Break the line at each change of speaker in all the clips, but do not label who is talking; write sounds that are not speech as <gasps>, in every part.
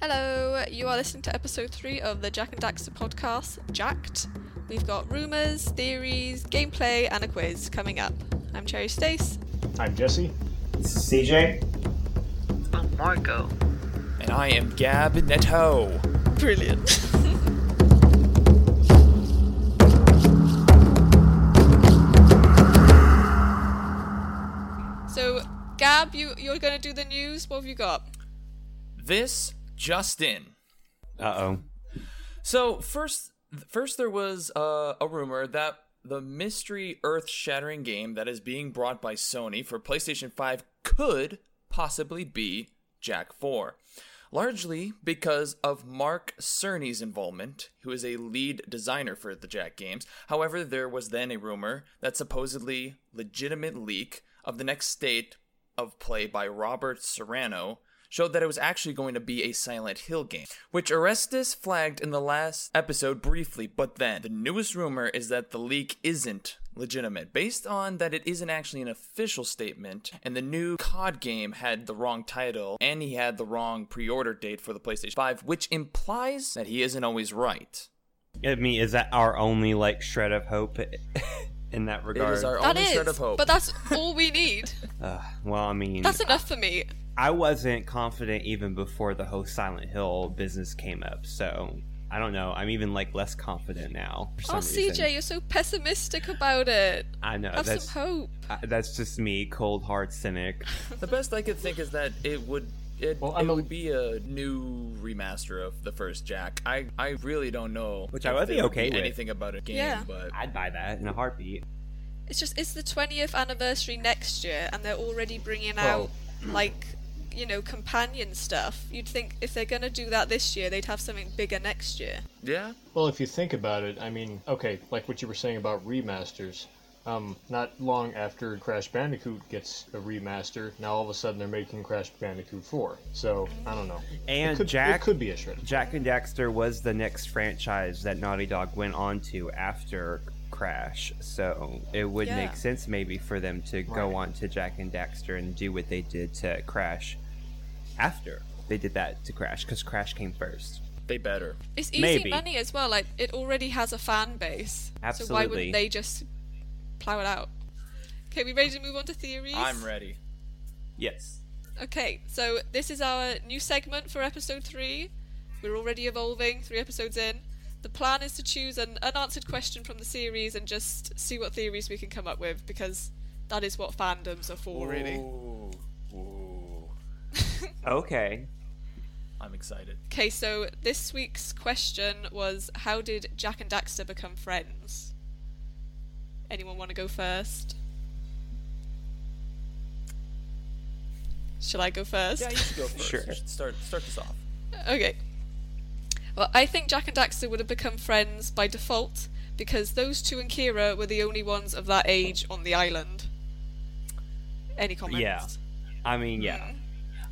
Hello, you are listening to episode three of the Jack and Daxter podcast, Jacked. We've got rumours, theories, gameplay, and a quiz coming up. I'm Cherry Stace.
I'm Jesse.
This is CJ.
I'm Marco.
And I am Gab Neto.
Brilliant. <laughs> so, Gab, you, you're going to do the news. What have you got?
This Justin.
Uh oh.
So first, first there was uh, a rumor that the mystery Earth-shattering game that is being brought by Sony for PlayStation 5 could possibly be Jack 4, largely because of Mark Cerny's involvement, who is a lead designer for the Jack games. However, there was then a rumor that supposedly legitimate leak of the next state of play by Robert Serrano showed that it was actually going to be a Silent Hill game, which Orestes flagged in the last episode briefly, but then the newest rumor is that the leak isn't legitimate, based on that it isn't actually an official statement, and the new COD game had the wrong title, and he had the wrong pre order date for the PlayStation 5, which implies that he isn't always right.
I mean, is that our only like shred of hope <laughs> in that regard?
It is our
That
only
is,
shred of hope.
but that's <laughs> all we need.
uh, well, I mean,
That's enough for me.
I wasn't confident even before the whole Silent Hill business came up, so I don't know. I'm even like less confident now. For some
Oh,
reason.
CJ, you're so pessimistic about it.
I know
Have
that's
some hope.
I- that's just me, cold hard cynic.
The best I could think is that it would it,
Well,
it
I'm a-
would be a new remaster of the first Jack. I I really don't know,
Which I
if
would be
there
okay with.
Anything about a game,
Yeah.
but
I'd buy that in a heartbeat.
It's just it's the twentieth anniversary next year, and they're already bringing out
<clears throat>
like you know companion stuff. You'd think if they're gonna do that this year, they'd have something bigger next year.
yeah,
Well, if you think about it, I mean, okay, like what you were saying about remasters. Um, not long after Crash Bandicoot gets a remaster, now all of a sudden they're making Crash Bandicoot 4. So, I don't know.
And
it could,
Jack
It could be a shred.
Jack and Daxter was the next franchise that Naughty Dog went on to after Crash, so it would
Yeah.
make sense maybe for them to go
Right.
on to Jack and Daxter and do what they did to Crash after they did that to Crash because Crash came first.
they better.
It's easy
Maybe.
money as well. Like it already has a fan base, so why
Absolutely.
wouldn't they just plow it out? Okay, we ready to move on to theories?
I'm ready.
Yes.
Okay, so this is our new segment for episode three. We're already evolving, three episodes in. The plan is to choose an unanswered question from the series and just see what theories we can come up with because that is what fandoms are for, really.
Okay.
I'm excited.
Okay, so this week's question was How did Jack and Daxter become friends? Anyone want to go first? Shall I go first?
Yeah, you should go
<laughs>
first.
Sure.
You should start start this off.
Okay. Well, I think Jack and Daxter would have become friends by default because those two and Kira were the only ones of that age on the island. Any comments?
Yeah. I mean, yeah.
Mm-hmm.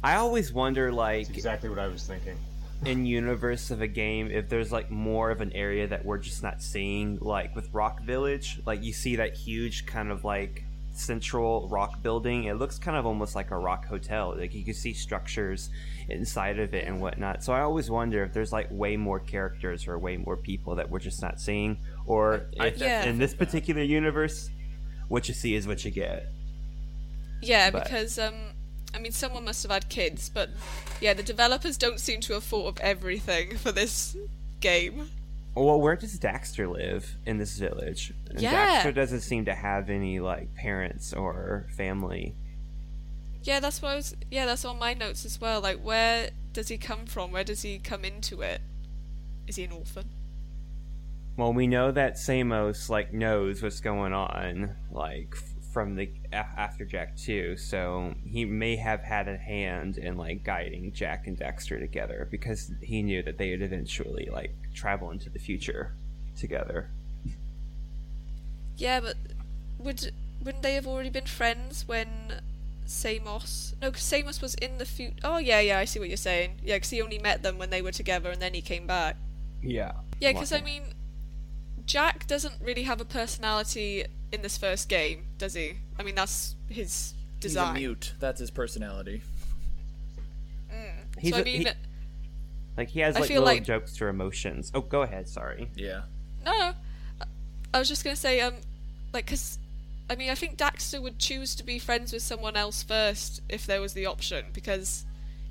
I always wonder, like,
That's exactly what I was thinking.
in universe of a game if there's like more of an area that we're just not seeing like with rock village like you see that huge kind of like central rock building it looks kind of almost like a rock hotel like you can see structures inside of it and whatnot so i always wonder if there's like way more characters or way more people that we're just not seeing or
I
if
Yeah.
in this particular universe what you see is what you get
Yeah,
But-
because um, I mean, someone must have had kids, but yeah, the developers don't seem to have thought of everything for this game.
Well, where does Daxter live in this village? And
Yeah.
Daxter doesn't seem to have any like parents or family.
Yeah, that's what I was. Yeah, that's on my notes as well. Like, where does he come from? Where does he come into it? Is he an orphan?
Well, we know that Samos like knows what's going on like f- from the a- after Jack 2, so he may have had a hand in like guiding Jack and Daxter together because he knew that they would eventually like travel into the future together.
Yeah, but would wouldn't they have already been friends when Samos? No, 'cause Samos was in the future. Oh yeah, yeah, I see what you're saying. Yeah, 'cause he only met them when they were together, and then he came back.
Yeah.
Yeah, 'cause I mean, Jack doesn't really have a personality in this first game, does he? I mean, that's his
He's a
design.
mute. That's his personality.
he's
so I
a-
mean,
he- Like he has
I
like
feel
little
like-
jokes or emotions. Oh, go ahead. Sorry.
Yeah.
No, I- I was just gonna say, um, like, cause I mean, I think Daxter would choose to be friends with someone else first if there was the option, because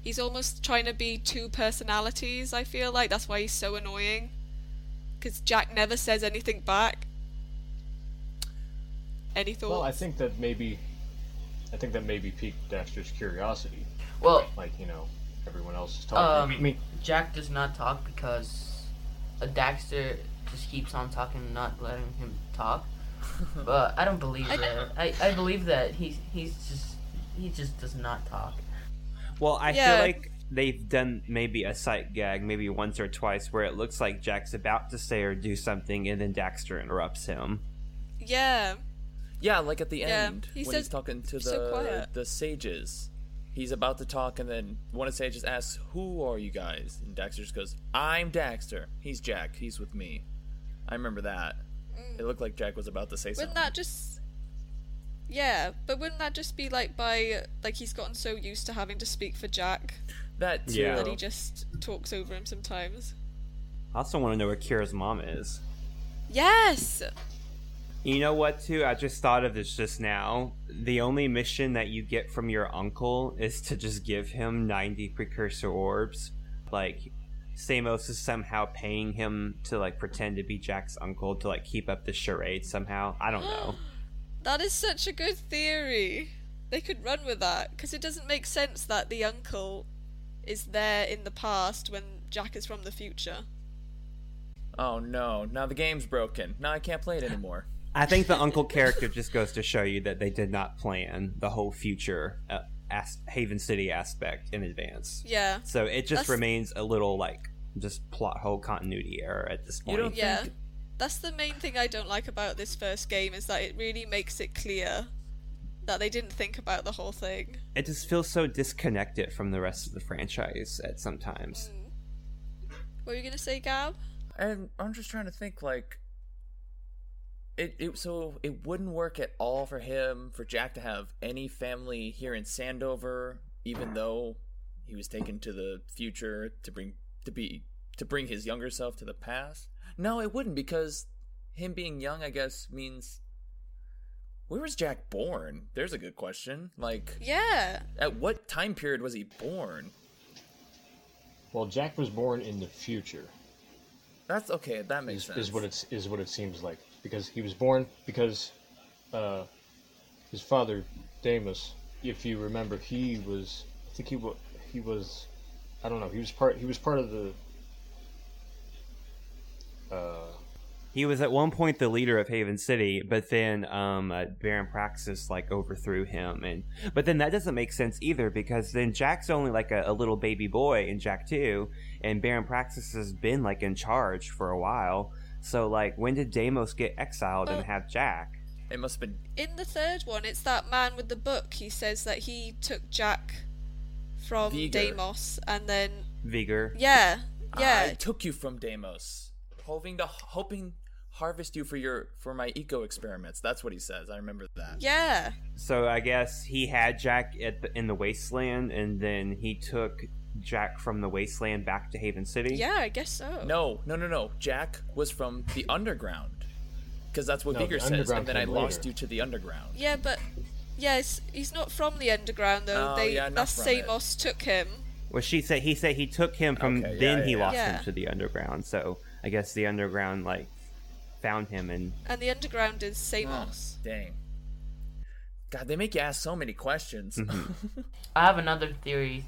he's almost trying to be two personalities. I feel like that's why he's so annoying, because Jack never says anything back. Any thoughts?
Well, I think that maybe, I think that maybe piqued Dexter's curiosity.
Well,
Like you know, everyone else is talking.
Um,
I mean,
Jack does not talk because a Daxter just keeps on talking, and not letting him talk. But I don't believe
I
that. I, I believe that he he's just he just does not talk.
Well, I
Yeah.
feel like they've done maybe a sight gag maybe once or twice where it looks like Jack's about to say or do something and then Daxter interrupts him.
yeah,
Yeah, like at the
Yeah,
end
he
when
says-
he's talking to the
so quiet.
the sages. He's about to talk, and then one of the sages asks, "Who are you guys?" And Daxter just goes, "I'm Daxter. He's Jack. He's with me." I remember that. It looked like Jack was about to say
Mm. wouldn't
something.
that just? Yeah, but wouldn't that just be like by like he's gotten so used to having to speak for Jack
That too.
Yeah.
that he just talks over him sometimes?
I also want to know where Kira's mom is.
Yes.
You know what, too? I just thought of this just now. The only mission that you get from your uncle is to just give him 90 precursor orbs. Like, Samos is somehow paying him to, like, pretend to be Jack's uncle to, like, keep up the charade somehow. I don't
<gasps>
know. <gasps>
That is such a good theory. They could run with that because it doesn't make sense that the uncle is there in the past when Jack is from the future.
Oh no! Now the game's broken. Now I can't play it anymore.
I think the uncle character just goes to show you that they did not plan the whole future uh, as- Haven City aspect in advance.
Yeah.
So it just
That's-
remains a little, like, just plot hole continuity error at this point.
You don't
Yeah.
think
That's the main thing I don't like about this first game is that it really makes it clear that they didn't think about the whole thing.
it just feels so disconnected from the rest of the franchise at sometimes.
Mm. What were you gonna say, Gab?
And I'm just trying to think like it, it so it wouldn't work at all for him for Jack to have any family here in Sandover, even though he was taken to the future to bring to be to bring his younger self to the past. No, it wouldn't because him being young, I guess, means where was Jack born? There's a good question. Like,
Yeah.
at what time period was he born?
well, Jack was born in the future.
That's okay. That makes
Is,
sense.
is what it's is what it seems like because he was born because, uh, his father, Damus, if you remember, he was I think he was he was, I don't know he was part he was part of the. Uh,
He was at one point the leader of Haven City, but then um, uh, Baron Praxis like overthrew him, and but then that doesn't make sense either because then Jack's only like a, a little baby boy in Jack Two, and Baron Praxis has been like in charge for a while. So like, when did Deimos get exiled
Well-
and have Jack?
It must have been
In the third one, it's that man with the book. He says that he took Jack from
Vigor.
Deimos and then
Vigor.
yeah, yeah.
I took you from Deimos, hoping to hoping harvest you for your for my eco experiments. That's what he says. I remember that.
Yeah.
So I guess he had Jack at the, in the wasteland, and then he took Jack from the wasteland back to Haven City.
Yeah, I guess so.
No, no, no, no. Jack was from the underground, because that's what
No,
Beaker
the
says. And
underground
then I
came
lost
later.
you to the underground.
Yeah, but yes, he's not from the underground though.
Oh,
they
yeah, not
that's
from it.
Samos took him.
Well, she said he said he took him from.
Okay, yeah,
then
yeah,
he
yeah.
lost
Yeah.
him to the underground. So I guess the underground like found him and
And the underground is
Oh,
Samos.
dang. God, they make you ask so many questions.
Mm-hmm.
I have another theory.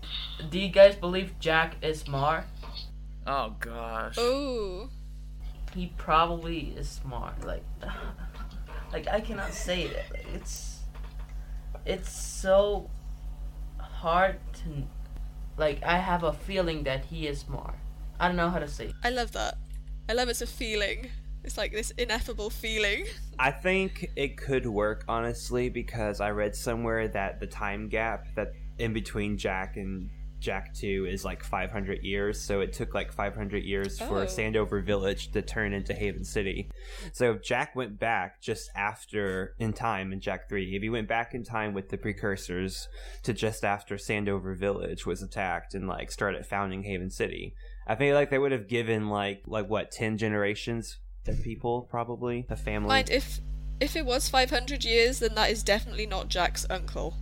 Do you guys believe Jack is Smar?
<laughs> oh gosh.
Oh.
He probably is smart. Like, <laughs> like I cannot say it. Like, it's, it's so hard to, like I have a feeling that he is smart. I don't know how to say. It.
I love that. I love it's a feeling. It's like this ineffable feeling.
I think it could work honestly because I read somewhere that the time gap that in between Jack and Jack 2 is like 500 years, so it took like 500 years for
Oh.
Sandover Village to turn into Haven City. So if Jack went back just after in time in Jack 3, if he went back in time with the precursors to just after Sandover Village was attacked and like started founding Haven City, I feel like they would have given like like what 10 generations of people probably the
Hmm.
family.
Mind if if it was 500 years, then that is definitely not Jack's uncle.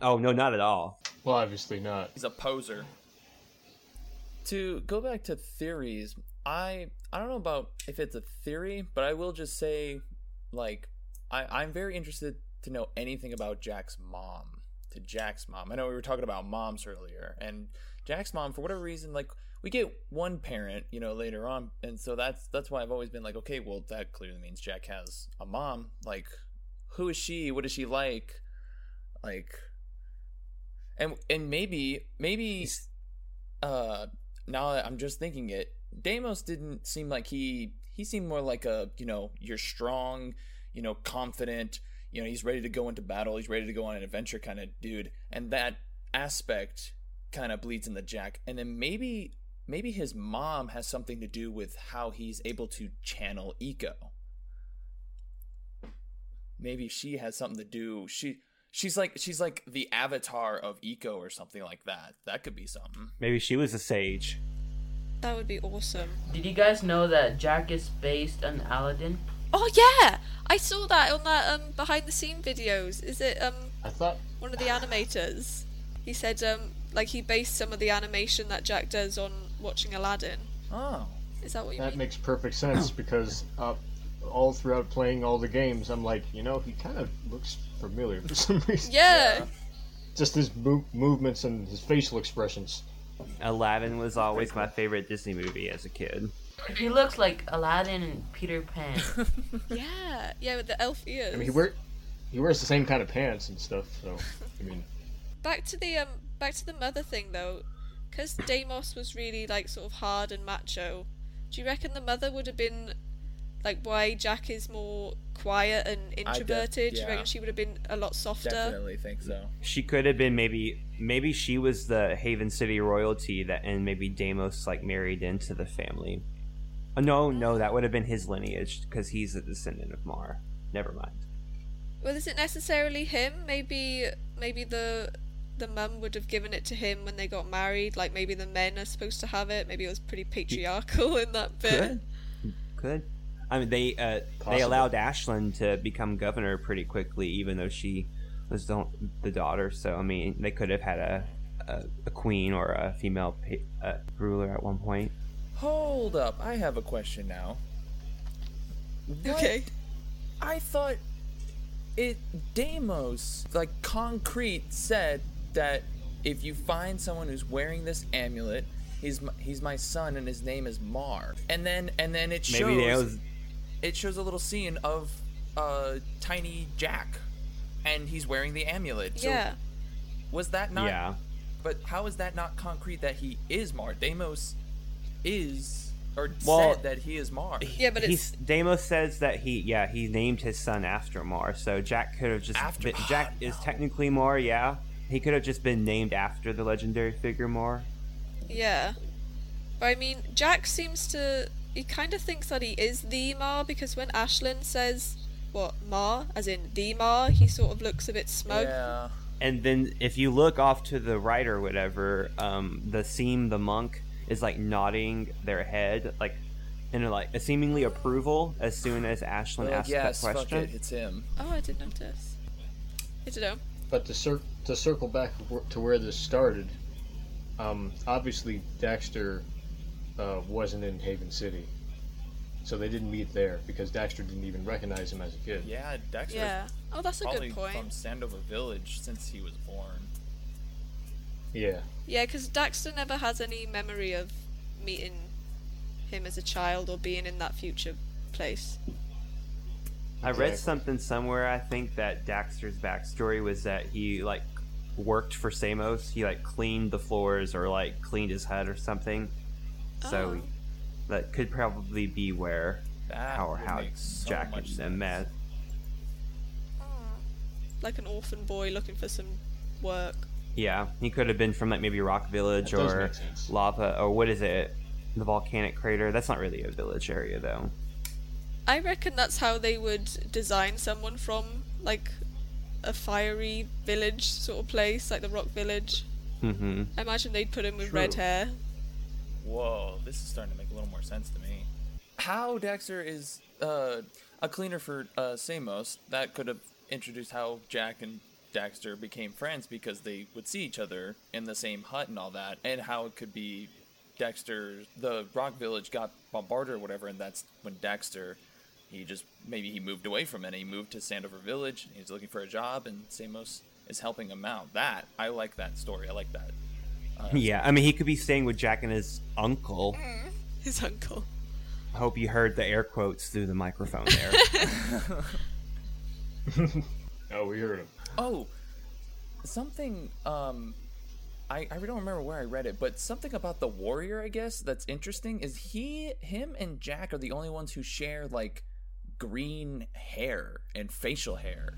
oh no, not at all.
Well, obviously not.
He's a poser. To go back to theories, I I don't know about if it's a theory, but I will just say, like, I I'm very interested to know anything about Jack's mom. To Jack's mom, I know we were talking about moms earlier, and Jack's mom, for whatever reason, like we get one parent, you know, later on, and so that's that's why I've always been like, okay, well, that clearly means Jack has a mom. Like, who is she? What is she like? Like, and and maybe maybe uh now that I'm just thinking it, Damos didn't seem like he he seemed more like a, you know, you're strong, you know, confident, you know, he's ready to go into battle, he's ready to go on an adventure kind of dude. And that aspect kind of bleeds into Jack. And then maybe maybe his mom has something to do with how he's able to channel Eco. Maybe she has something to do. She she's like she's like the avatar of Eco or something like that. That could be something.
Maybe she was a sage.
That would be awesome.
Did you guys know that Jack is based on Aladdin?
Oh yeah, I saw that on that um behind the scene videos. Is it um
I thought
one of the animators? He said um like he based some of the animation that Jack does on watching Aladdin.
Oh.
Is that what you
that
mean?
makes perfect
<coughs>
sense because uh, all throughout playing all the games, I'm like, you know, he kind of looks familiar for some reason.
yeah.
<laughs> Just his mo- movements and his facial expressions.
Aladdin was always my favorite Disney movie as a kid.
He looks like Aladdin and Peter Pan.
Yeah, yeah, with the elf ears.
I mean, he wear he wears the same kind of pants and stuff. So, I mean,
back to the um, back to the mother thing though, because Deimos was really like sort of hard and macho. Do you reckon the mother would have been like why Jack is more quiet and introverted? Do you
yeah.
reckon she would have been a lot softer?
Definitely think so.
She could have been maybe maybe she was the Haven City royalty that and maybe Deimos like married into the family. Uh, No, no, that would have been his lineage because he's a descendant of Mar. Never mind.
Well, is it necessarily him? Maybe maybe the the mum would have given it to him when they got married. Like maybe the men are supposed to have it. Maybe it was pretty patriarchal in that bit. <laughs>
Could could. I mean they uh, they
Possible.
allowed Ashland to become governor pretty quickly, even though she was the, the daughter. So I mean they could have had a a, a queen or a female pa- uh, ruler at one point.
Hold up, I have a question now. What-
Okay.
I thought it Deimos, like concrete, said that if you find someone who's wearing this amulet, he's my, he's my son and his name is Mar. And then and then it
Maybe that
shows
was
it shows a little scene of uh tiny Jack, and he's wearing the amulet. So
Yeah.
was that not
yeah.
But how is that not concrete that he is Mar? Deimos is or
Well-
said that he is Mar.
Yeah, but it's
He's, Deimos says that he, yeah, he named his son after Mar, so Jack could have just.
After-
been- Jack is technically Mar, yeah. He could have just been named after the legendary figure Mar.
Yeah. But I mean, Jack seems to. He kind of thinks that he is the Ma because when Ashlyn says, what, Ma, as in the Ma, he sort of looks a bit smug.
Yeah.
And then if you look off to the right or whatever, um, the seam, the monk, is like nodding their head, like, in like a seemingly approval as soon as Ashlyn
Like,
asks
Oh, yes,
that
fuck
question.
it, it's him.
Oh, I did notice. I don't know.
but to cir- to circle back wh- to where this started, um, obviously Daxter uh, wasn't in Haven City, so they didn't meet there because Daxter didn't even recognize him as a kid.
Yeah, Dexter
Yeah. Oh, that's a
probably
good
from
point.
Sandover Village since he was born.
yeah.
Yeah, because Daxter never has any memory of meeting him as a child or being in that future place.
I read
Exactly.
something somewhere. I think that Daxter's backstory was that he like worked for Samos. He like cleaned the floors or like cleaned his hut or something. So
Oh.
that could probably be where
That
how or
would
how
make so
Jack
much
and
sense.
them met.
Like an orphan boy looking for some work.
Yeah, he could have been from like maybe Rock Village
That does
or
make sense.
Lava or what is it? The volcanic crater. That's not really a village area though.
I reckon that's how they would design someone from like a fiery village sort of place, like the Rock Village.
hmm
I imagine they'd put him with red
Mm-hmm. True.
hair.
Whoa, this is starting to make a little more sense to me. How Dexter is uh, a cleaner for uh, Samos, that could have introduced how Jack and Daxter became friends because they would see each other in the same hut and all that, and how it could be Dexter, the Rock Village got bombarded or whatever, and that's when Dexter, he just, maybe he moved away from it and he moved to Sandover Village, and he's looking for a job, and Samos is helping him out. That, I like that story, I like that. Oh,
Yeah, I mean he could be staying with Jack and his uncle.
His uncle.
I hope you heard the air quotes through the microphone there.
Oh, we heard him.
Oh, something. Um, I I don't remember where I read it, but something about the warrior. I guess that's interesting. Is he, him, and Jack are the only ones who share like green hair and facial hair.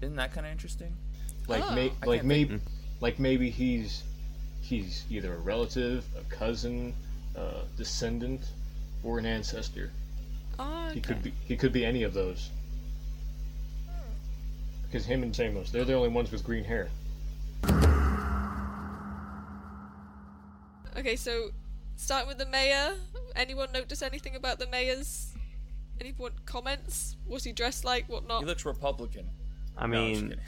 Isn't that kind of interesting?
Like,
Oh.
may,
I
like
can't
maybe, like maybe he's he's either a relative, a cousin, a descendant, or an ancestor.
Oh,
He
okay.
could be he could be any of those. Because him and Samos, they're the only ones with green hair.
Okay, so start with the mayor. Anyone notice anything about the mayor's? Anyone comments? What's he dressed like? What not?
He looks Republican.
I
No, I'm just
mean
kidding.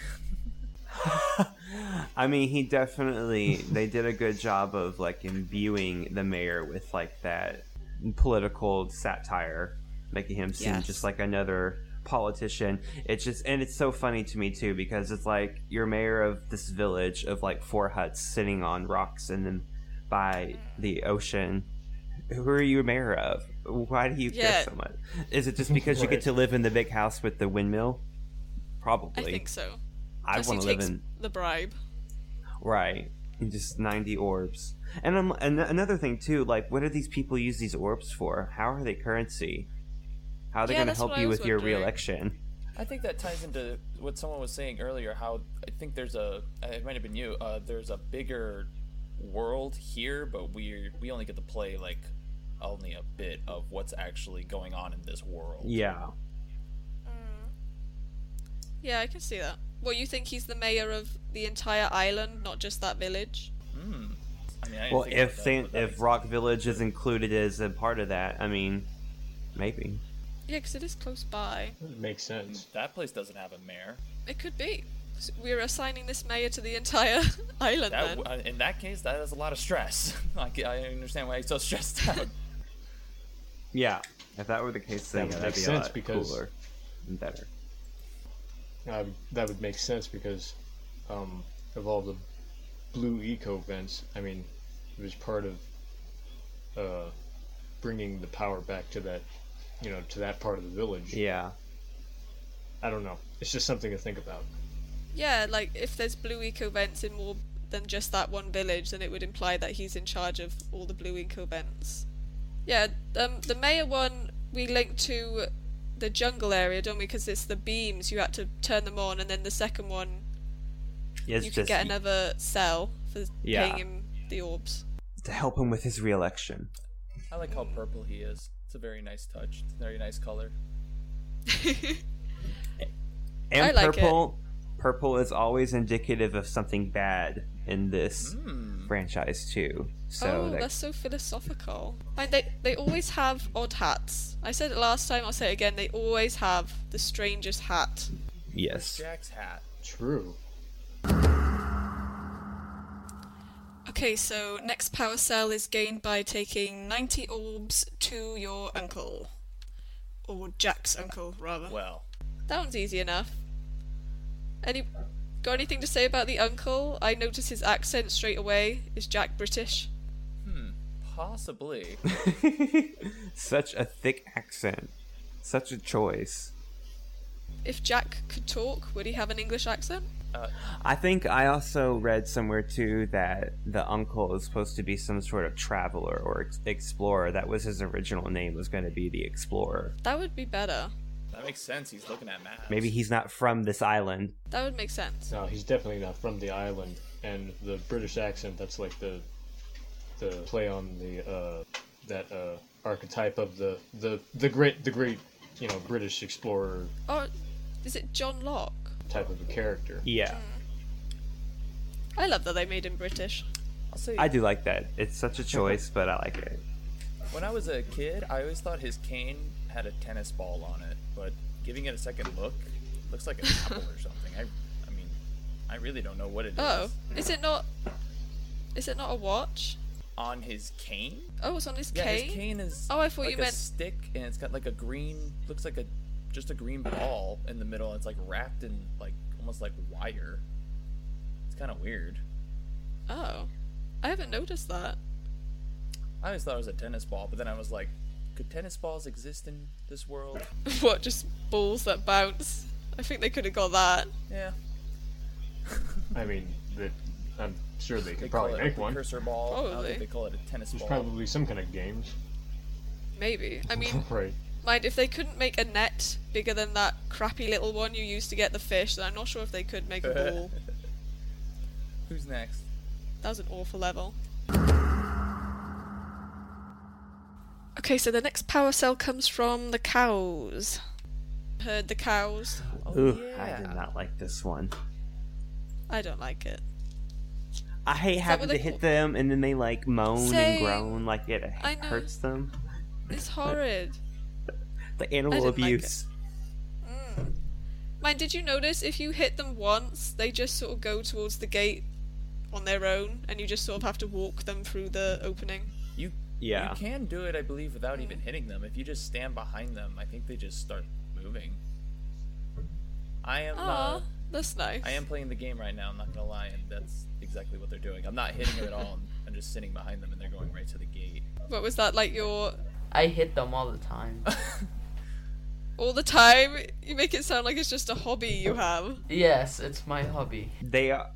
<laughs> I mean he definitely they did a good job of like imbuing the mayor with like that political satire, making him seem
Yes.
just like another politician. It's just and it's so funny to me too because it's like you're mayor of this village of like four huts sitting on rocks and then by the ocean. Who are you mayor of? Why do you
Yeah.
care so much? Is it just because you get
Right.
to live in the big house with the windmill?
I
Probably.
think so.
I
Plus he
want to live
takes
in
the bribe.
Right. And Just 90 orbs. And, I'm, and another thing, too, like, what do these people use these orbs for? How are they currency? How are they
Yeah,
going to
that's
help
what I
you
was
with your
wondering.
reelection?
I think that ties into what someone was saying earlier. How I think there's a it might have been you. Uh, there's a bigger world here, but we we only get to play like only a bit of what's actually going on in this world.
Yeah.
Yeah, I can see that. Well, you think he's the mayor of the entire island, not just that village?
Hmm. I mean, I didn't
Well,
think about
if
that,
Saint,
but that
if
makes
Rock Village is included as a part of that, I mean, maybe.
Yeah, because it is close by.
It makes sense.
sense. that place doesn't have a mayor.
It could be. So we're assigning this mayor to the entire <laughs> island
That
then.
uh, in that case, that is a lot of stress. <laughs> like I understand why he's so <laughs> stressed out.
Yeah. If that were the case, then
That
yeah,
would make
that'd be a
sense
lot
because-
cooler and better.
Uh, that would make sense because um, of all the blue eco vents. I mean, it was part of uh, bringing the power back to that, you know, to that part of the village.
Yeah.
I don't know. It's just something to think about.
Yeah, like if there's blue eco vents in more than just that one village, then it would imply that he's in charge of all the blue eco vents. Yeah, um, the mayor one we linked to the jungle area, don't we? Because it's the beams you had to turn them on, and then the second one
It's
you could
just
get another cell for
Yeah.
paying him the orbs.
to help him with his reelection.
I like how purple he is. It's a very nice touch. It's a very nice color.
And
I like it.
purple, purple is always indicative of something bad in this franchise too. So
Hmm. oh,
that-
that's so philosophical. And they they always have odd hats. I said it last time. I'll say it again. They always have the strangest hat.
yes,
Jack's hat.
True.
Okay, so next power cell is gained by taking 90 orbs to your uncle. Or Jack's uncle, rather.
Well,
That one's easy enough. Any got anything to say about the uncle? I notice his accent straight away. Is Jack British?
possibly.
such a thick accent, such a choice.
If Jack could talk, would he have an English accent?
I think I also read somewhere too that the uncle is supposed to be some sort of traveler or ex- explorer. That was his original name was going to be the explorer.
That would be better.
That makes sense. He's looking at maps.
Maybe he's not from this island.
That would make sense.
No, he's definitely not from the island. and the British accent. That's like the the play on the uh, that uh, archetype of the, the the great the great you know British explorer
Or Oh, is it John Locke?
type of a character.
Yeah,
I love that they made him British.
Also,
I do like that. It's
<laughs>
such a choice, but I like it.
when I was a kid, I always thought his cane had a tennis ball on it, but giving it a second look, it looks like an apple or something. I, I mean, I really don't know what it is
Oh, is it not? Is it not a watch?
on his cane.
Oh, it's on his
Yeah,
cane.
his cane is.
Oh, I thought
like
you
a
meant-
stick, and it's got like a green. Looks like a just a green ball in the middle. And it's like wrapped in like almost like wire. It's kind of weird.
Oh, I haven't noticed that. <laughs>
I always thought it was a tennis ball, but then I was like, could tennis balls exist in this world?
what just balls that bounce? I think they could have got that.
Yeah,
I mean, that I'm sure they
they
could
call
probably
it a
make one.
precursor ball. I don't
Probably.
think they call it a tennis
There's
ball.
probably some kind of games,
Maybe. I mean,
<laughs> right?
mind if they couldn't make a net bigger than that crappy little one you used to get the fish, then I'm not sure if they could make a ball.
Who's next?
That was an awful level. Okay, so the next power cell comes from the cows. Heard the cows.
Oh
Ooh,
yeah.
I did not like this one.
I don't like it.
I hate
what
having to
they call-
hit them and then they like moan
Same.
and groan like it h-
I know.
hurts them.
It's horrid.
The animal
didn't like it.
abuse.
Mind, did you notice if you hit them once, they just sort of go towards the gate on their own, and you just sort of have to walk them through the opening?
You
Yeah.
You can do it, I believe, without even hitting them. If you just stand behind them, I think they just start moving. I am. Uh,
Aw, that's nice.
I am playing the game right now. I'm not gonna lie, and that's exactly what they're doing. I'm not hitting them at all. <laughs> I'm, I'm just sitting behind them, and they're going right to the gate.
What was that like? Your
I hit them all the time.
all the time? You make it sound like it's just a hobby you have.
yes, it's my hobby.
<laughs>
They are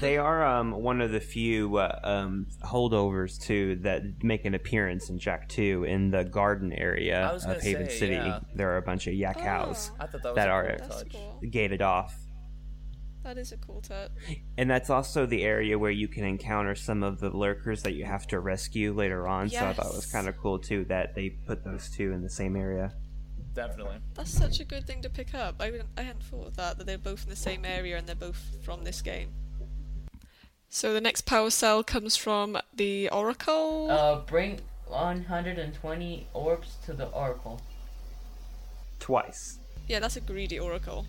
they are um, one of the few uh, um, holdovers too that make an appearance in Jack Two in the garden area
I was gonna
of Haven
say,
City.
yeah.
There are a bunch of
Ah.
yak cows
I thought that was
That
a
are-
cool
That's
touch.
cool.
gated off,
That is a cool touch.
and that's also the area where you can encounter some of the lurkers that you have to rescue later on. So I thought it was
Yes.
kind of cool too that they put those two in the same area.
Definitely.
That's such a good thing to pick up. I, wouldn't- I hadn't thought of that, that they're both in the same area and they're both from this game. So the next power cell comes from the Oracle.
Uh, bring 120 orbs to the oracle.
Twice.
yeah, that's a greedy Oracle.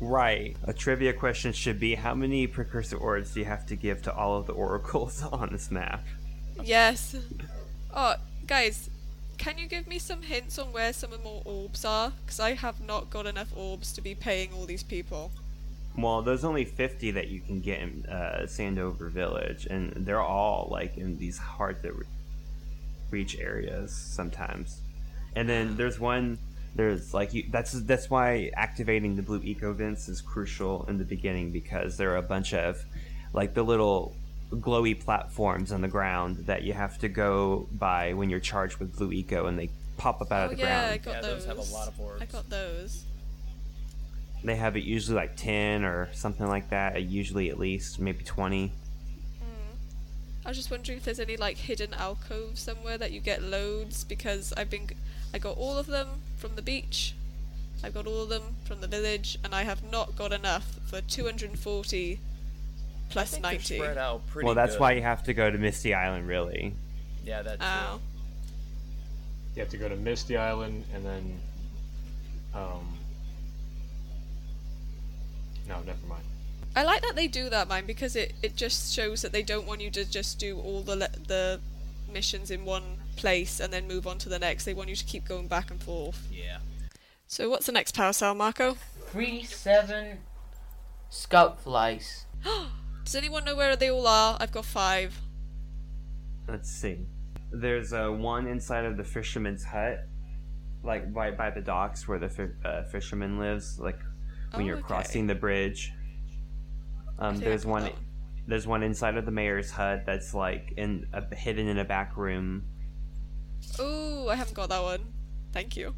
Right. A trivia question should be how many precursor orbs do you have to give to all of the oracles <laughs> on this map?
Yes. Oh, guys, can you give me some hints on where some of more orbs are? Because I have not got enough orbs to be paying all these people.
Well, there's only 50 that you can get in uh, Sandover Village, and they're all like in these hard to re- reach areas sometimes. And then there's one. There's like you, that's that's why activating the blue eco vents is crucial in the beginning because there are a bunch of like the little glowy platforms on the ground that you have to go by when you're charged with blue eco and they pop up out
Oh
of the
yeah, I
ground.
got
Yeah,
those.
those have a lot of
I
orbs.
got those.
They have it usually like 10 or something like that, usually at least maybe 20.
I was just wondering if there's any like hidden alcove somewhere that you get loads because I've been, I got all of them from the beach, I got all of them from the village, and I have not got enough for 240
I
plus
think they're
90.
Spread out pretty
well, that's
good.
why you have to go to Misty Island, really.
Yeah, that's.
Ow.
You have to go to Misty Island and then, um, no, never mind.
I like that they do that, mine, because it, it just shows that they don't want you to just do all the le- the missions in one place and then move on to the next. They want you to keep going back and forth.
Yeah.
So what's the next power cell, Marco?
Free seven scout flies.
Does anyone know where they all are? I've got five.
Let's see. There's uh, one inside of the fisherman's hut, like by, by the docks where the fi- uh, fisherman lives, like when
Oh,
you're
okay.
crossing the bridge. Um,
think
there's
I caught
one.
that one.
There's one inside of the mayor's hut that's like in a, hidden in a back room.
Oh, I haven't got that one. Thank you.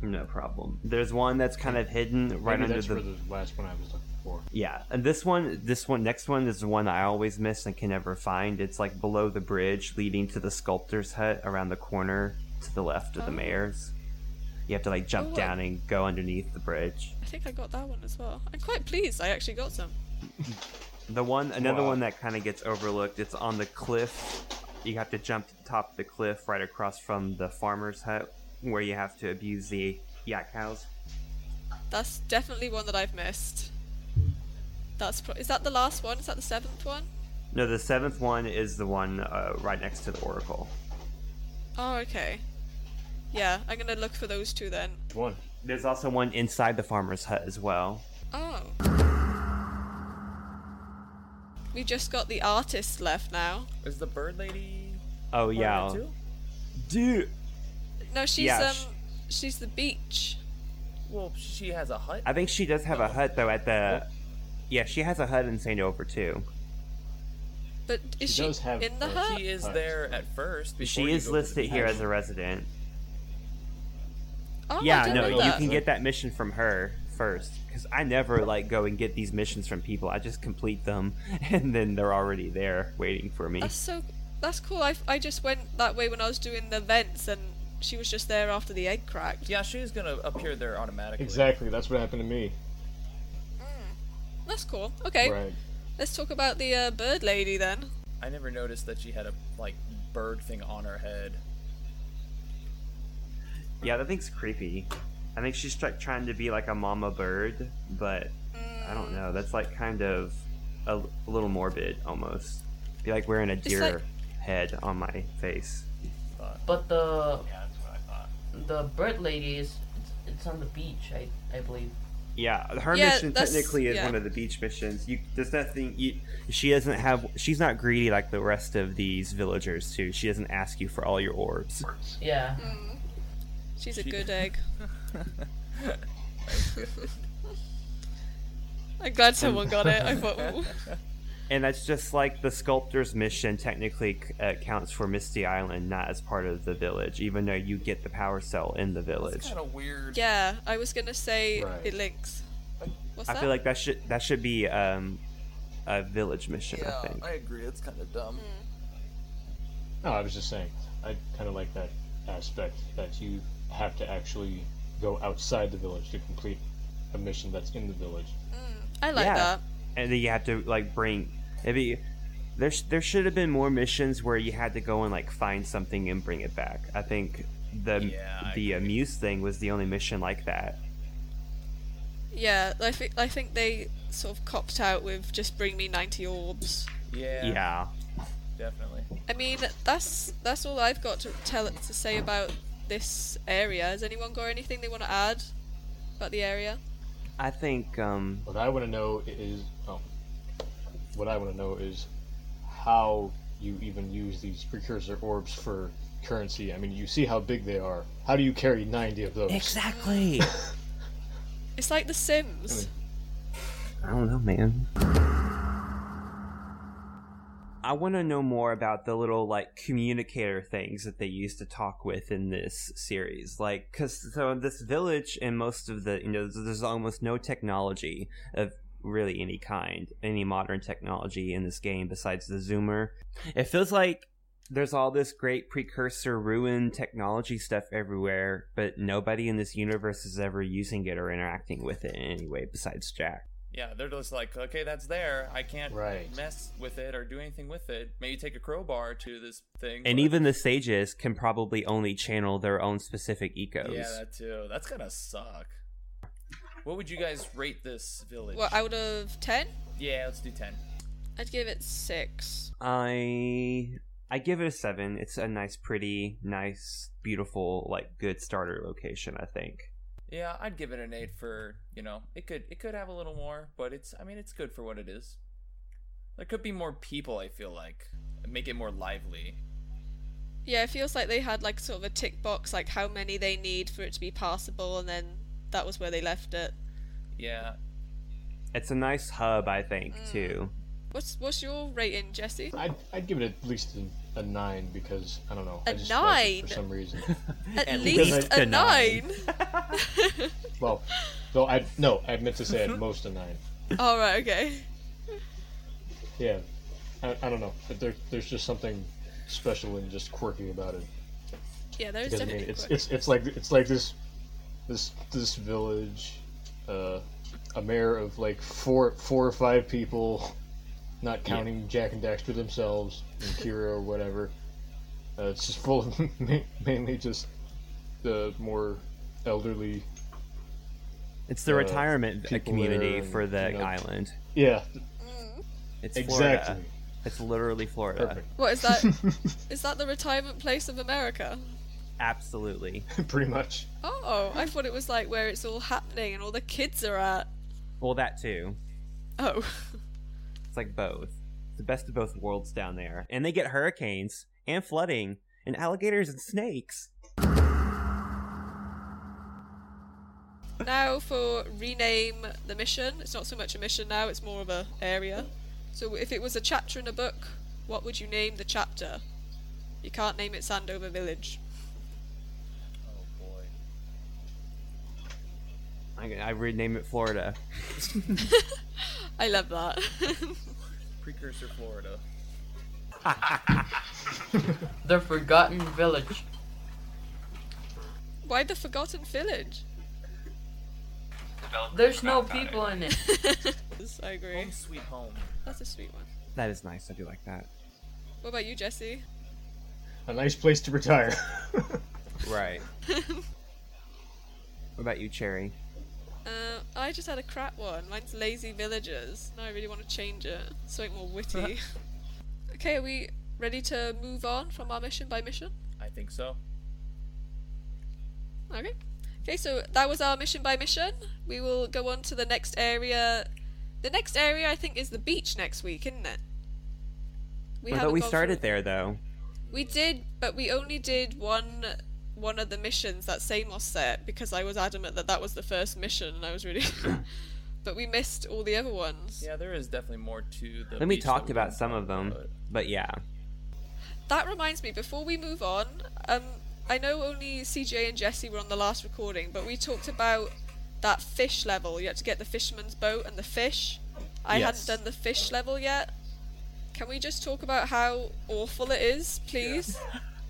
No problem. There's one that's kind of hidden right
Maybe
under
that's
the
for the last one I was looking. before.
Yeah, and this one, this one, next one is the one I always miss and can never find. It's like below the bridge leading to the sculptor's hut around the corner to the left of the mayor's. You have to like jump
Oh.
down and go underneath the bridge.
I think I got that one as well. I'm quite pleased I actually got some.
The one, another
Wow.
one that kind of gets overlooked. It's on the cliff. You have to jump to the top of the cliff right across from the farmer's hut, where you have to abuse the yak cows.
That's definitely one that I've missed. That's pro- is that the last one? Is that the seventh one?
No, the seventh one is the one uh, right next to the oracle.
Oh, okay. Yeah, I'm gonna look for those two then.
Which one?
There's also one inside the farmer's hut as well.
Oh. We just got the artist left now.
Is the bird lady?
Oh
part of it
yeah,
too?
dude.
No, she's
Yeah,
um,
sh-
she's the beach.
Well, she has a hut.
I think she does have a hut though at the. Yeah, she has a hut in Saint Over too.
But is
She
she,
does have
in the
a-
hut?
<laughs> She is
Hut.
there at first. before
She
you
is
go to the
listed here as a resident.
Oh, I
yeah,
didn't
no,
know
you
that.
can get that mission from her first because I never like go and get these missions from people. I just complete them <laughs> and then they're already there waiting for me.
That's so. That's cool. I, I just went that way when I was doing the vents, and she was just there after the egg cracked.
Yeah, she's gonna appear there automatically.
Exactly. That's what happened to me.
That's cool. Okay,
Right.
let's talk about the uh, bird lady then.
I never noticed that she had a like bird thing on her head. <laughs>
Yeah, that thing's creepy. I think she's like trying to be like a mama bird, but I don't know. That's like kind of a, a little morbid almost. Be like wearing a deer
like-
head on my face.
But the the bird lady is it's, it's on the beach, I I believe.
Yeah, her
Yeah,
mission
that's-
technically is
yeah.
one of the beach missions. You, there's nothing. You, she doesn't have. She's not greedy like the rest of these villagers too. She doesn't ask you for all your orbs.
Yeah.
Mm, She's a
<laughs>
good egg. I'm glad someone got it. I
<laughs>
thought, ooh.
And that's just like the sculptor's mission. Technically, uh, counts for Misty Island, not as part of the village, even though you get the power cell in the village.
Kind of weird.
yeah, I was gonna say
Right.
it links. What's
I
that?
feel like that should that should be um, a village mission. I think.
agree. It's kind of dumb.
No, I was just saying. I kind of like that aspect that you have to actually go outside the village to complete a mission that's in the village.
Mm, I like
yeah.
that.
and then you have to like bring maybe there sh- there should have been more missions where you had to go and like find something and bring it back. I think the
Yeah, I
the amuse thing was the only mission like that.
Yeah, I think I think they sort of copped out with just bring me 90 orbs.
Yeah.
Yeah.
Definitely.
I mean, that's that's all I've got to tell to say about this area. Has anyone got anything they want to add about the area?
I think um
What I want to know is, oh, what I want to know is how you even use these precursor orbs for currency. I mean, you see how big they are. How do you carry 90 of those?
exactly.
It's like The Sims.
I don't know, man. I want to know more about the little like communicator things that they used to talk with in this series, like because so this village and most of the you know there's- there's almost no technology of really any kind, any modern technology in this game besides the zoomer. It feels like there's all this great precursor ruin technology stuff everywhere, but nobody in this universe is ever using it or interacting with it in any way besides Jack.
Yeah, they're just like, okay, that's there. I can't
Right.
mess with it or do anything with it. Maybe take a crowbar to this thing.
And
but-
even the sages can probably only channel their own specific ecos.
yeah, that too. That's gonna suck. What would you guys rate this village?
Well, out of 10,
yeah, let's do ten.
I'd give it 6.
I I give it a seven. It's a nice, pretty, nice, beautiful, like good starter location. I think.
Yeah, I'd give it an eight for you know it could it could have a little more, but it's I mean it's good for what it is. There could be more people. I feel like make it more lively.
Yeah, it feels like they had like sort of a tick box, like how many they need for it to be passable, and then that was where they left it.
Yeah,
It's a nice hub, I think,
Mm.
too.
What's what's your rating, Jesse? <laughs>
I'd, I'd give it at least a, a 9 because, I don't know. I
A
just like it
nine?
for some reason.
At,
least
least
a
a nine.
well, though I, no, I meant to say at most a 9.
<laughs> All right. Okay.
Yeah, I, I don't know. But there, there's just something special and just quirky about it.
Yeah, there's
Because I mean,
definitely.
it's
quirk.
it's it's like it's like this, this this village, uh, a mayor of like four four or five people, not counting Jack and Daxter themselves and Kira or whatever. Uh, it's just full of <laughs> ma- mainly just the more elderly.
It's the
Uh,
retirement
people
community
there
for
and,
the
you know,
island.
Yeah,
It's
exactly.
Florida. It's literally Florida.
Perfect. <laughs>
What is that? is that the retirement place of America?
Absolutely.
Pretty much. <laughs>
Oh, I thought it was like where it's all happening and all the kids are at.
Well, that too.
Oh. <laughs>
It's like both. It's the best of both worlds down there. And they get hurricanes and flooding and alligators and snakes.
now for rename the mission. It's not so much a mission now, it's more of a area. So if it was a chapter in a book, what would you name the chapter? You can't name it Sandover Village.
Oh boy.
I, I rename it Florida.
I love that. <laughs>
Precursor Florida.
The Forgotten Village.
Why the Forgotten Village? <laughs>
Developers
There's no
forgot about
people
it.
in
<laughs>
it.
Yes, I agree.
Home sweet home.
That's a sweet one.
<laughs> That is nice. I do like that.
What about you, Jesse?
A nice place to retire. <laughs>
Right. what about you, Cherry?
Uh, I just had a crap one. Mine's Lazy Villagers. Now I really want to change it. Something more witty. <laughs> okay, are we ready to move on from our mission by mission?
I think so.
Okay. Okay, so that was our mission by mission. We will go on to the next area. The next area, I think, is the beach next week, isn't it? We
I thought
haven't
we
gone
started
through-
there, though.
We did, but we only did one one of the missions that Samos set because I was adamant that that was the first mission, and I was
<coughs>
really. <laughs> but we missed all the other ones.
Yeah, there is definitely more to the.
Then we
beach
talked
that
about
didn't
some
talk
of them.
about.
But yeah.
That reminds me, before we move on, um, I know only CJ and Jesse were on the last recording, but we talked about that fish level. You had to get the fisherman's boat and the fish. I
Yes.
hadn't done the fish level yet. Can we just talk about how awful it is, please?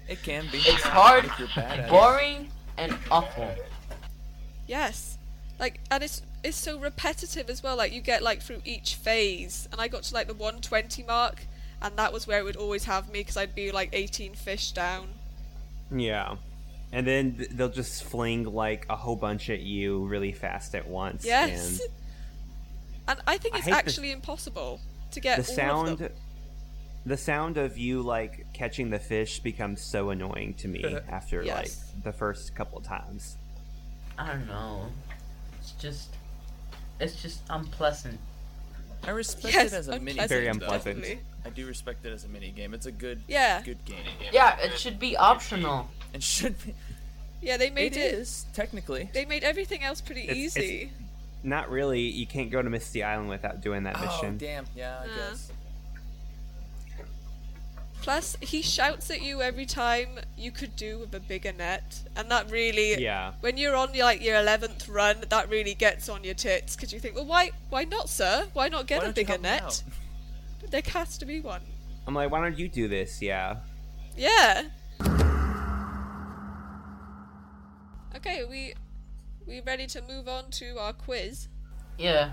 It can be.
It's hard,
If you're bad at it.
boring, and awful.
Yes. Like and it's it's so repetitive as well. Like you get like through each phase, and I got to like the 120 mark, and that was where it would always have me because I'd be like 18 fish down.
Yeah. And then th- they'll just fling like a whole bunch at you really fast at once.
Yes. <laughs>
and
And I think
I
it's
hate the-
actually impossible to get
the
all of
sound
them.
the sound of you like catching the fish becomes so annoying
<laughs>
to me after
Yes.
like the first couple of times.
I don't know. It's just, it's just unpleasant.
I respect
Yes,
it as a mini game.
unpleasant,
Very
though.
unpleasant.
definitely.
I do respect it as a mini game. It's a good,
Yeah.
good game.
Yeah, it should be optional.
And should be.
Yeah, they made
It
it.
is technically.
They made everything else pretty
It's- it's-
easy.
Not really. You can't go to Misty Island without doing that
Oh
mission.
damn! Yeah, I
Uh.
guess.
Plus, he shouts at you every time you could do with a bigger net, and that really.
Yeah.
When you're on your, like your eleventh run, that really gets on your tits because you think, well, why, why not, sir? Why not get
Why
a
don't you
bigger
help me
net?
out?
There has to be one.
I'm like, why don't you do this? Yeah.
Yeah. Okay, we we ready to move on to our quiz?
Yeah.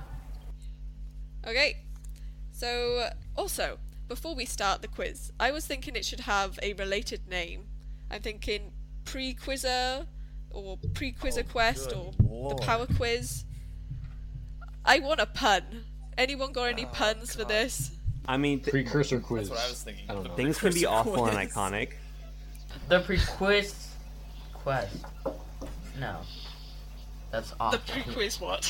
Okay. So, also, before we start the quiz, I was thinking it should have a related name. I'm thinking pre quizer or pre quizer
Oh,
quest or the power quiz. I want a pun. Anyone got
Oh,
any puns for
<laughs>
this?
I mean, th-
Precursor quiz.
what I was thinking.
I don't know.
things can be awful and
quiz.
iconic.
The prequest quest. No. That's
The
awful.
pre quiz what?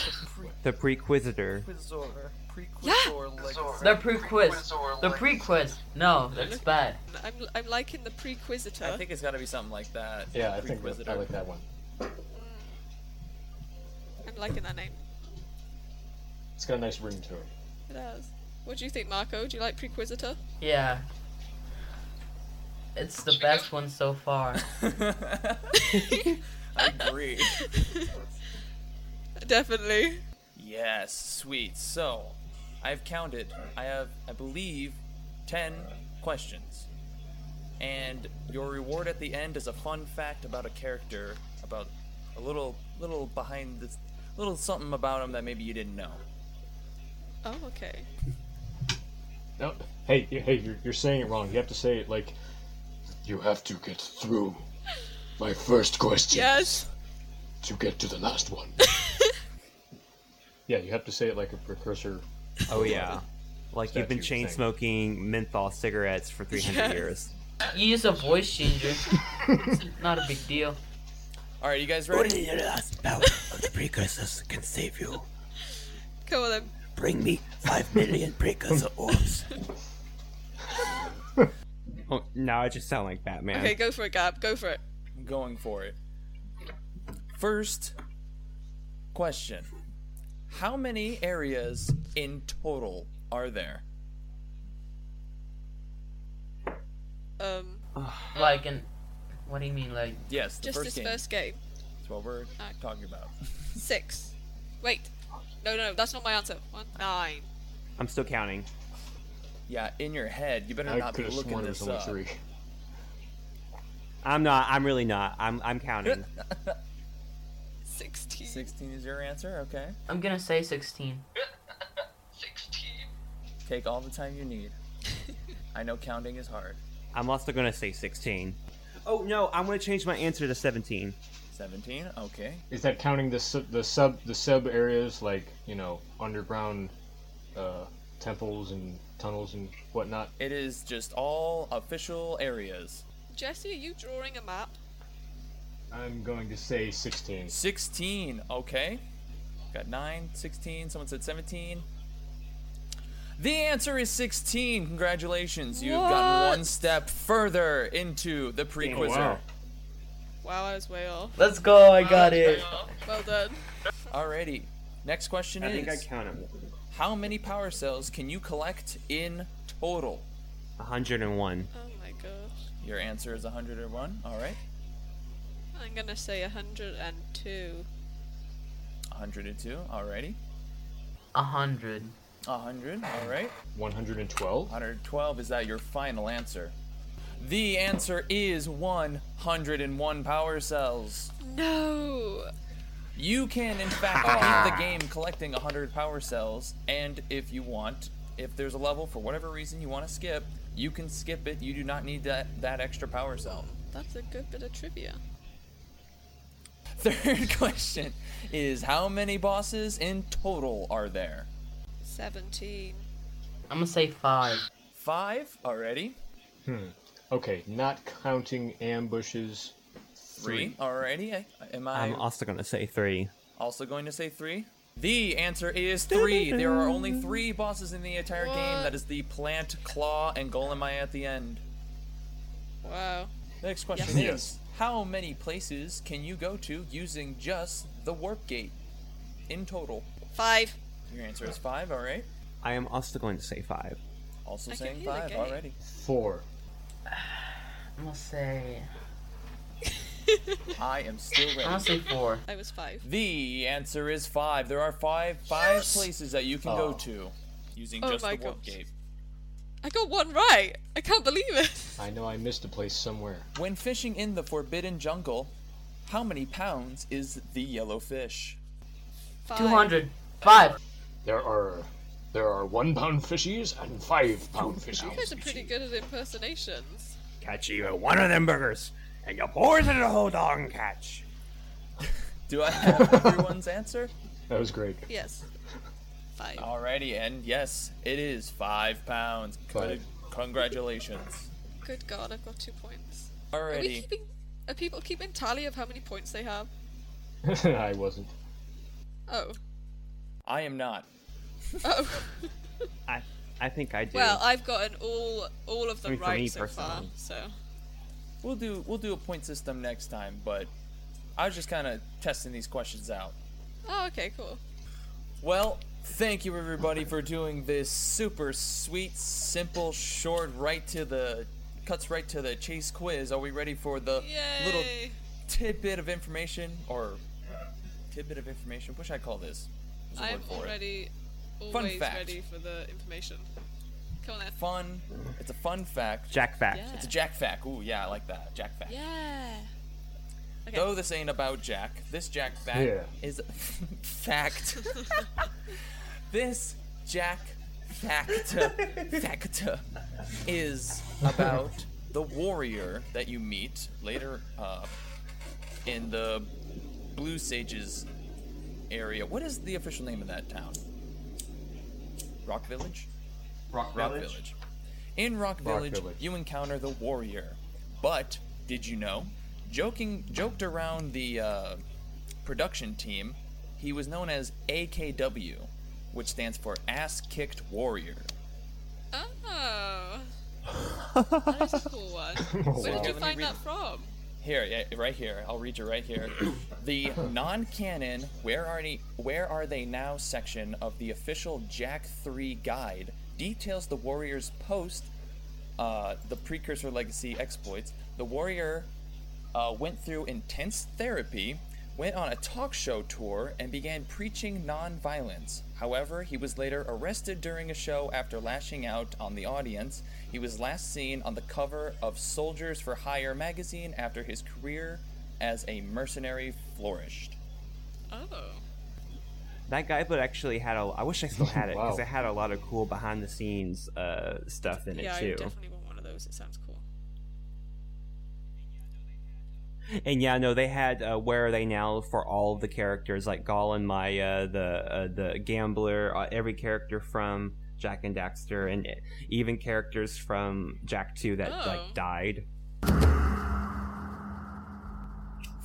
The Prequisitor.
Quizor.
Precursor
The prequest. The prequest. No, that's bad.
I'm, I'm liking the pre
I
quizzitor.
think it's got to be something like that.
Yeah, I think that, I
Requisitor.
like that one.
I'm liking that name.
It's got a nice ring to it.
It does. What do you think, Marco? Do you like pre quizzitor?
Yeah. It's the best one so far.
<laughs> <laughs> I agree.
<laughs> Definitely.
Yes, sweet. So, I have counted. I have, I believe, 10 questions. And your reward at the end is a fun fact about a character, about a little, little behind this, little something about him that maybe you didn't know.
Oh, okay.
No, hey, you- hey, you're, you're saying it wrong. You have to say it like, you have to get through my first question
Yes.
to get to the last
<laughs>
one. yeah, you have to say it like a precursor.
Oh yeah, like you've been
Statue thing.
chain smoking menthol cigarettes for 300
Yes.
years.
You use a voice changer. Not a big deal.
All right, you guys ready?
the last power of the precursors can save you.
Come on then.
Bring me five million precursor orbs.
<laughs> Oh, now I just sound like Batman.
Okay, go for it, Gab. Go for it.
I'm going for it. First question How many areas in total are there?
Um,
Like an. What do you mean? Like
Yes, the
just
first
this
game.
first game.
That's what we're talking about.
Six. Wait. No, no, that's not my answer. One, Ah, nine.
I'm still counting.
Yeah, in your head. You better
I
not be
could have
looking
sworn it was
this
only
up.
three.
I'm not. I'm really not. I'm.
<laughs>
I'm counting.
Sixteen.
16 is your answer? Okay.
I'm gonna say 16.
Take all the time you
<laughs>
need. I know counting is hard.
I'm also gonna say 16. Oh no, I'm gonna change my answer to 17.
17? Okay.
Is that counting the su- the sub the sub areas like you know underground uh, temples and tunnels and whatnot?
It is just all official areas.
Jesse, are you drawing a map?
I'm going to say sixteen.
16. Okay. Got 9, 16. Someone said 17. The answer is 16. Congratulations. You've gotten one
What?
step further into the prequizzer.
wow.
Wow, I was way off.
Let's go! I got it.
Well done.
Alrighty. Next question is
count them.
How many power cells can you collect in total?
101.
Oh my gosh.
Your answer is 101. All right.
I'm gonna say 102.
102. All righty.
A hundred.
100. All right.
One hundred and twelve.
112. Is that your final answer? The answer is 101 power cells.
No!
You can, in fact, keep the game collecting 100 power cells, and if you want, if there's a level for whatever reason you want to skip, you can skip it. You do not need that, that extra power cell. <laughs>
That's a good bit of trivia.
Third <laughs> question is How many bosses in total are there?
17.
I'm gonna say five.
Five already.
Okay, not counting ambushes.
Three already. I- Am I
I'm also gonna say three.
also going to say three? The answer is three. There are only three bosses in the entire game.
What?
That is the plant, claw, and golemai at the end.
Wow.
The next question
Yes.
is: How many places can you go to using just the warp gate in total?
Five.
Your answer is five. All right.
I am also going to say five.
Also
I can
saying
hear the
five
gate.
already.
Four.
I'm gonna say.
I am still ready.
I'm gonna say four.
I was five.
The answer is five. There are five five places that you can go
Oh.
to using
Oh
just
my
the warp
gosh.
gate.
I got one right! I can't believe it!
I know I missed a place somewhere.
When fishing in the forbidden jungle, how many pounds is the yellow fish?
Five.
Two hundred. Five.
There are there are one pound fishies and five pound fishies.
You guys are pretty good at impersonations.
Catch you at one of them burgers, and you pour it in a whole dog catch.
Do I have everyone's answer?
That was great. <laughs>
Yes. Five.
Alrighty, and yes, it is five pounds. Con-
Five.
Congratulations.
Good god, I've got two points. Are we
Alrighty.
keeping. Are people keeping tally of how many points they have?
I wasn't.
<laughs> Oh.
I am not.
Oh.
I, I think I do.
Well, uh, I've gotten all all of them
I mean, for
right
me
so far.
personally.
So
We'll do we'll do a point system next time, but I was just kind of testing these questions out.
oh, okay, cool.
Well, thank you everybody for doing this super sweet, simple, short, right to the cuts right to the chase quiz. Are we ready for the
Yay!
little tidbit of information or tidbit of information? What should I call this? There's
I'm
a word for it.
already Always
fact.
ready for the information. Come on then.
Fun. It's a fun fact.
Jack fact.
Yeah.
It's a Jack fact. Ooh, yeah, I like that. Jack fact.
Yeah. Okay.
Though this ain't about Jack, this Jack fact
Yeah.
is <laughs> fact. this Jack factor factor is
<laughs>
about the warrior that you meet later uh, in the Blue Sages area. What is the official name of that town? Rock Village.
Rock
Rock
Village.
Village. In Rock Village,
Village.
you encounter the warrior. But did you know, joking joked around the uh, production team, he was known as AKW, which stands for Ass Kicked Warrior.
Oh.
<laughs>
that is a cool one. Where
Wow.
did
Here,
you
let me
find
read
that from?
Here, yeah, right here. I'll read you right here. The non-canon "Where Are They, Where Are They Now" section of the official Jack Three guide details the warrior's post, uh, the precursor legacy exploits. The warrior uh, went through intense therapy, went on a talk show tour, and began preaching non-violence. However, he was later arrested during a show after lashing out on the audience. He was last seen on the cover of Soldiers for Hire magazine after his career as a mercenary flourished.
Oh.
That guidebook actually had a. I wish I still had it because
Wow.
it had a lot of cool behind the scenes uh, stuff in
Yeah, I
it too.
definitely want one of those. It sounds cool.
And yeah, no, they had uh, where are they now for all of the characters like Gall and Maya, the uh, the gambler, uh, every character from Jack and Daxter, and even characters from Jack Two that
Oh.
like died.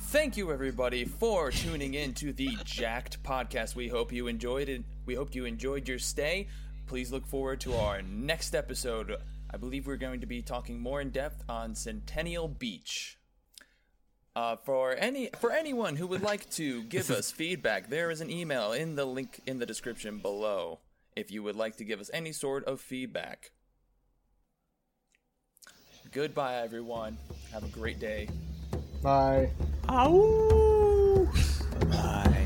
Thank you everybody for tuning in to the Jacked podcast. We hope you enjoyed it. We hope you enjoyed your stay. Please look forward to our next episode. I believe we're going to be talking more in depth on Centennial Beach. Uh, for any for anyone who would like to give us feedback, there is an email in the link in the description below if you would like to give us any sort of feedback. Goodbye everyone. Have a great day.
Bye.
Bye.